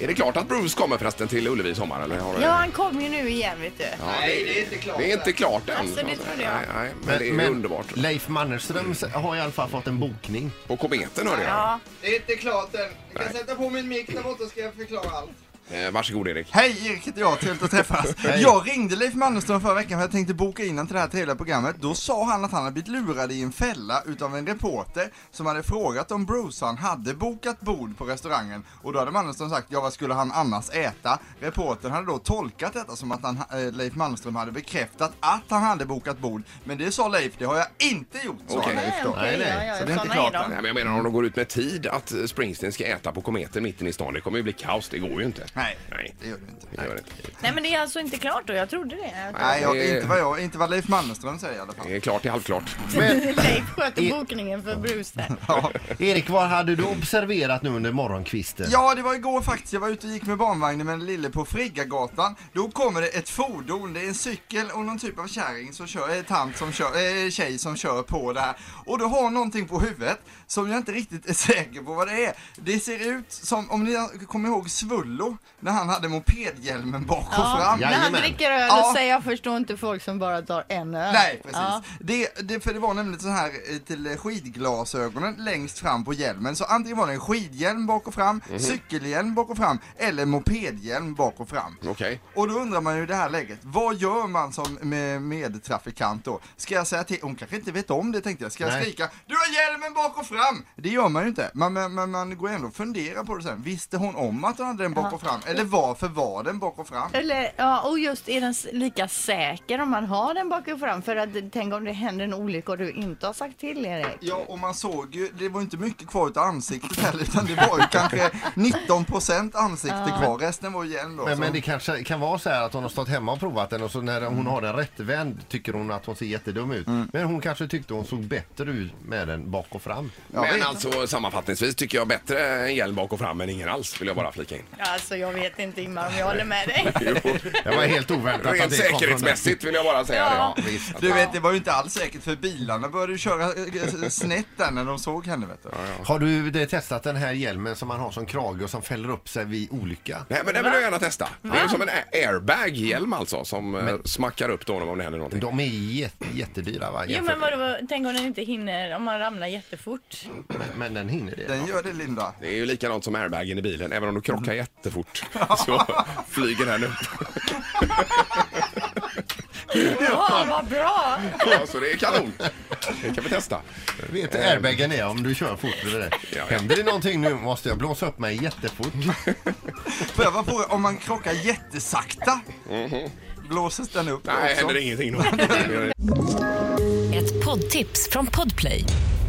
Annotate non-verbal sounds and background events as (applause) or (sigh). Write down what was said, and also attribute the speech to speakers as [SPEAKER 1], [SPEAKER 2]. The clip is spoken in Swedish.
[SPEAKER 1] Är det klart att Bruce kommer förresten till Ullevi i sommar? Eller har det-
[SPEAKER 2] Ja, han kom ju nu igen vet du.
[SPEAKER 1] Ja,
[SPEAKER 3] Nej, det är inte klart.
[SPEAKER 1] det är inte klart än.
[SPEAKER 2] Alltså, det trodde jag.
[SPEAKER 1] Nej, nej, men det är ju underbart.
[SPEAKER 4] Leif Mannerström s- har i alla fall fått en bokning.
[SPEAKER 1] På kometen hörde jag.
[SPEAKER 2] Ja,
[SPEAKER 3] Det är inte klart än. Jag kan
[SPEAKER 1] Nej.
[SPEAKER 3] sätta på min mick där borta så ska jag förklara allt.
[SPEAKER 1] Eh, Varsågod Erik.
[SPEAKER 5] Hej, Erik heter jag, trevligt att träffas.
[SPEAKER 4] Hej.
[SPEAKER 5] Jag ringde Leif Mannerström förra veckan för jag tänkte boka in honom till det här trevliga programmet. Då sa han att han hade blivit lurad i en fälla utav en reporter som hade frågat om Bruce han hade bokat bord på restaurangen. Och då hade Mannerström sagt, ja vad skulle han annars äta? Reportern hade då tolkat detta som att han, eh, Leif Mannerström hade bekräftat att han hade bokat bord. Men det sa Leif, det har jag inte gjort, sa
[SPEAKER 1] Okej.
[SPEAKER 5] Leif
[SPEAKER 2] nej,
[SPEAKER 5] då.
[SPEAKER 2] okej,
[SPEAKER 4] nej.
[SPEAKER 2] ja, ja,
[SPEAKER 5] Så det är inte
[SPEAKER 2] såna
[SPEAKER 5] klart
[SPEAKER 2] de.
[SPEAKER 5] än.
[SPEAKER 1] Nej, men jag menar om de går ut med tid att Springsteen ska äta på kometen mitten i stan. Det kommer ju bli kaos. Det går ju inte.
[SPEAKER 5] Nej,
[SPEAKER 1] Nej.
[SPEAKER 5] det gör det inte.
[SPEAKER 1] Det gör det inte.
[SPEAKER 2] Nej, men det är alltså inte klart då. Jag trodde det.
[SPEAKER 5] Nej, jag,
[SPEAKER 1] Det-
[SPEAKER 5] inte, vad jag, inte vad Leif Mannerström säger i alla fall.
[SPEAKER 1] Det är klart, det är halvklart.
[SPEAKER 2] Leif sköter bokningen för Bruce där.
[SPEAKER 5] Ja.
[SPEAKER 4] Erik, vad hade du observerat nu under morgonkvisten?
[SPEAKER 5] Ja, det var igår faktiskt. Jag var ute och gick med barnvagnen med en lille på Friggagatan. Då kommer det ett fordon, det är en cykel och någon typ av kärring som kör, eh, tant som kör, eh, tjej som kör på det här. Och då har någonting på huvudet som jag inte riktigt är (laughs) säker på vad det är. Det ser ut som, om ni kommer ihåg Svullo, när han hade mopedhjälmen bak och
[SPEAKER 2] Ja,
[SPEAKER 5] fram.
[SPEAKER 2] när han
[SPEAKER 4] Jajamän.
[SPEAKER 2] dricker öl
[SPEAKER 5] Ja.
[SPEAKER 2] och säger jag förstår inte folk som bara tar en öl.
[SPEAKER 5] Nej, precis.
[SPEAKER 2] Ja.
[SPEAKER 5] Det, det, för det var nämligen så här eh, till eh, skidglasögonen längst fram på hjälmen. Så antingen var det en skidhjälm bak och fram,
[SPEAKER 2] Mhm.
[SPEAKER 5] cykelhjälm bak och fram eller mopedhjälm bak och fram.
[SPEAKER 1] Okej.
[SPEAKER 5] Och då undrar man ju i det här läget, vad gör man som med, medtrafikant då? Ska jag säga till, hon kanske inte vet om det tänkte jag, ska jag
[SPEAKER 4] Nej.
[SPEAKER 5] skrika Du har hjälmen bak och fram! Det gör man ju inte, man, man, man, man går ändå och funderar på det sen. Visste hon om att hon hade den bak och fram? Eller varför var den bak och fram?
[SPEAKER 2] Eller, ja, och just är den s- lika säker om man har den bak och fram? För att tänk om det händer en olycka och du inte har sagt till Erik.
[SPEAKER 5] Ja, och man såg ju, det var ju inte mycket kvar utav ansiktet heller, utan det var ju kanske 19% ansikte kvar, resten var ju hjälm då.
[SPEAKER 4] Men,
[SPEAKER 5] så-
[SPEAKER 4] men det kanske kan vara så här att hon har stått hemma och provat den och så när hon har den rättvänd tycker hon att hon ser jättedum ut. Men hon kanske tyckte hon såg bättre ut med den bak och fram.
[SPEAKER 5] Ja,
[SPEAKER 1] men
[SPEAKER 5] vet.
[SPEAKER 1] alltså sammanfattningsvis tycker jag bättre en hjälm bak och fram än ingen alls vill jag bara flika in.
[SPEAKER 2] Alltså jag vet inte Ingmar om jag håller med dig.
[SPEAKER 4] Det var helt oväntat
[SPEAKER 1] Rent
[SPEAKER 4] att det kom från den.
[SPEAKER 1] säkerhetsmässigt vill jag bara säga det.
[SPEAKER 2] Ja.
[SPEAKER 1] Ja, visst.
[SPEAKER 5] Du vet, det var ju inte alls säkert för bilarna började ju köra eh, snett där när de såg henne vet du.
[SPEAKER 4] Har du det, testat den här hjälmen som man har som krage och som fäller upp sig vid olycka?
[SPEAKER 1] Nej, men det vill jag gärna testa. Det är som en a- airbag-hjälm alltså som eh, smackar upp då om det händer någonting.
[SPEAKER 4] De är jätte, jättedyra va?
[SPEAKER 2] Jo men vadå, tänk om den inte hinner, om man ramlar jättefort.
[SPEAKER 4] men, men den hinner det.
[SPEAKER 5] Den gör det Linda.
[SPEAKER 1] Det är ju likadant som airbagen i bilen. Även om du krockar jättefort (laughs) så flyger den upp.
[SPEAKER 2] Ja, vad bra!
[SPEAKER 1] Ja, så det är kanon. Det kan vi testa.
[SPEAKER 4] Vet du airbagen är om du kör fort eller det.
[SPEAKER 1] Ehm. Ja, ja.
[SPEAKER 4] Händer det någonting nu måste jag blåsa upp mig jättefort.
[SPEAKER 5] Får jag bara fråga, om man krockar jättesakta,
[SPEAKER 4] Mhm.
[SPEAKER 5] blåses den upp då
[SPEAKER 1] Nej,
[SPEAKER 5] också?
[SPEAKER 1] händer ingenting då.
[SPEAKER 6] Ett poddtips från Podplay.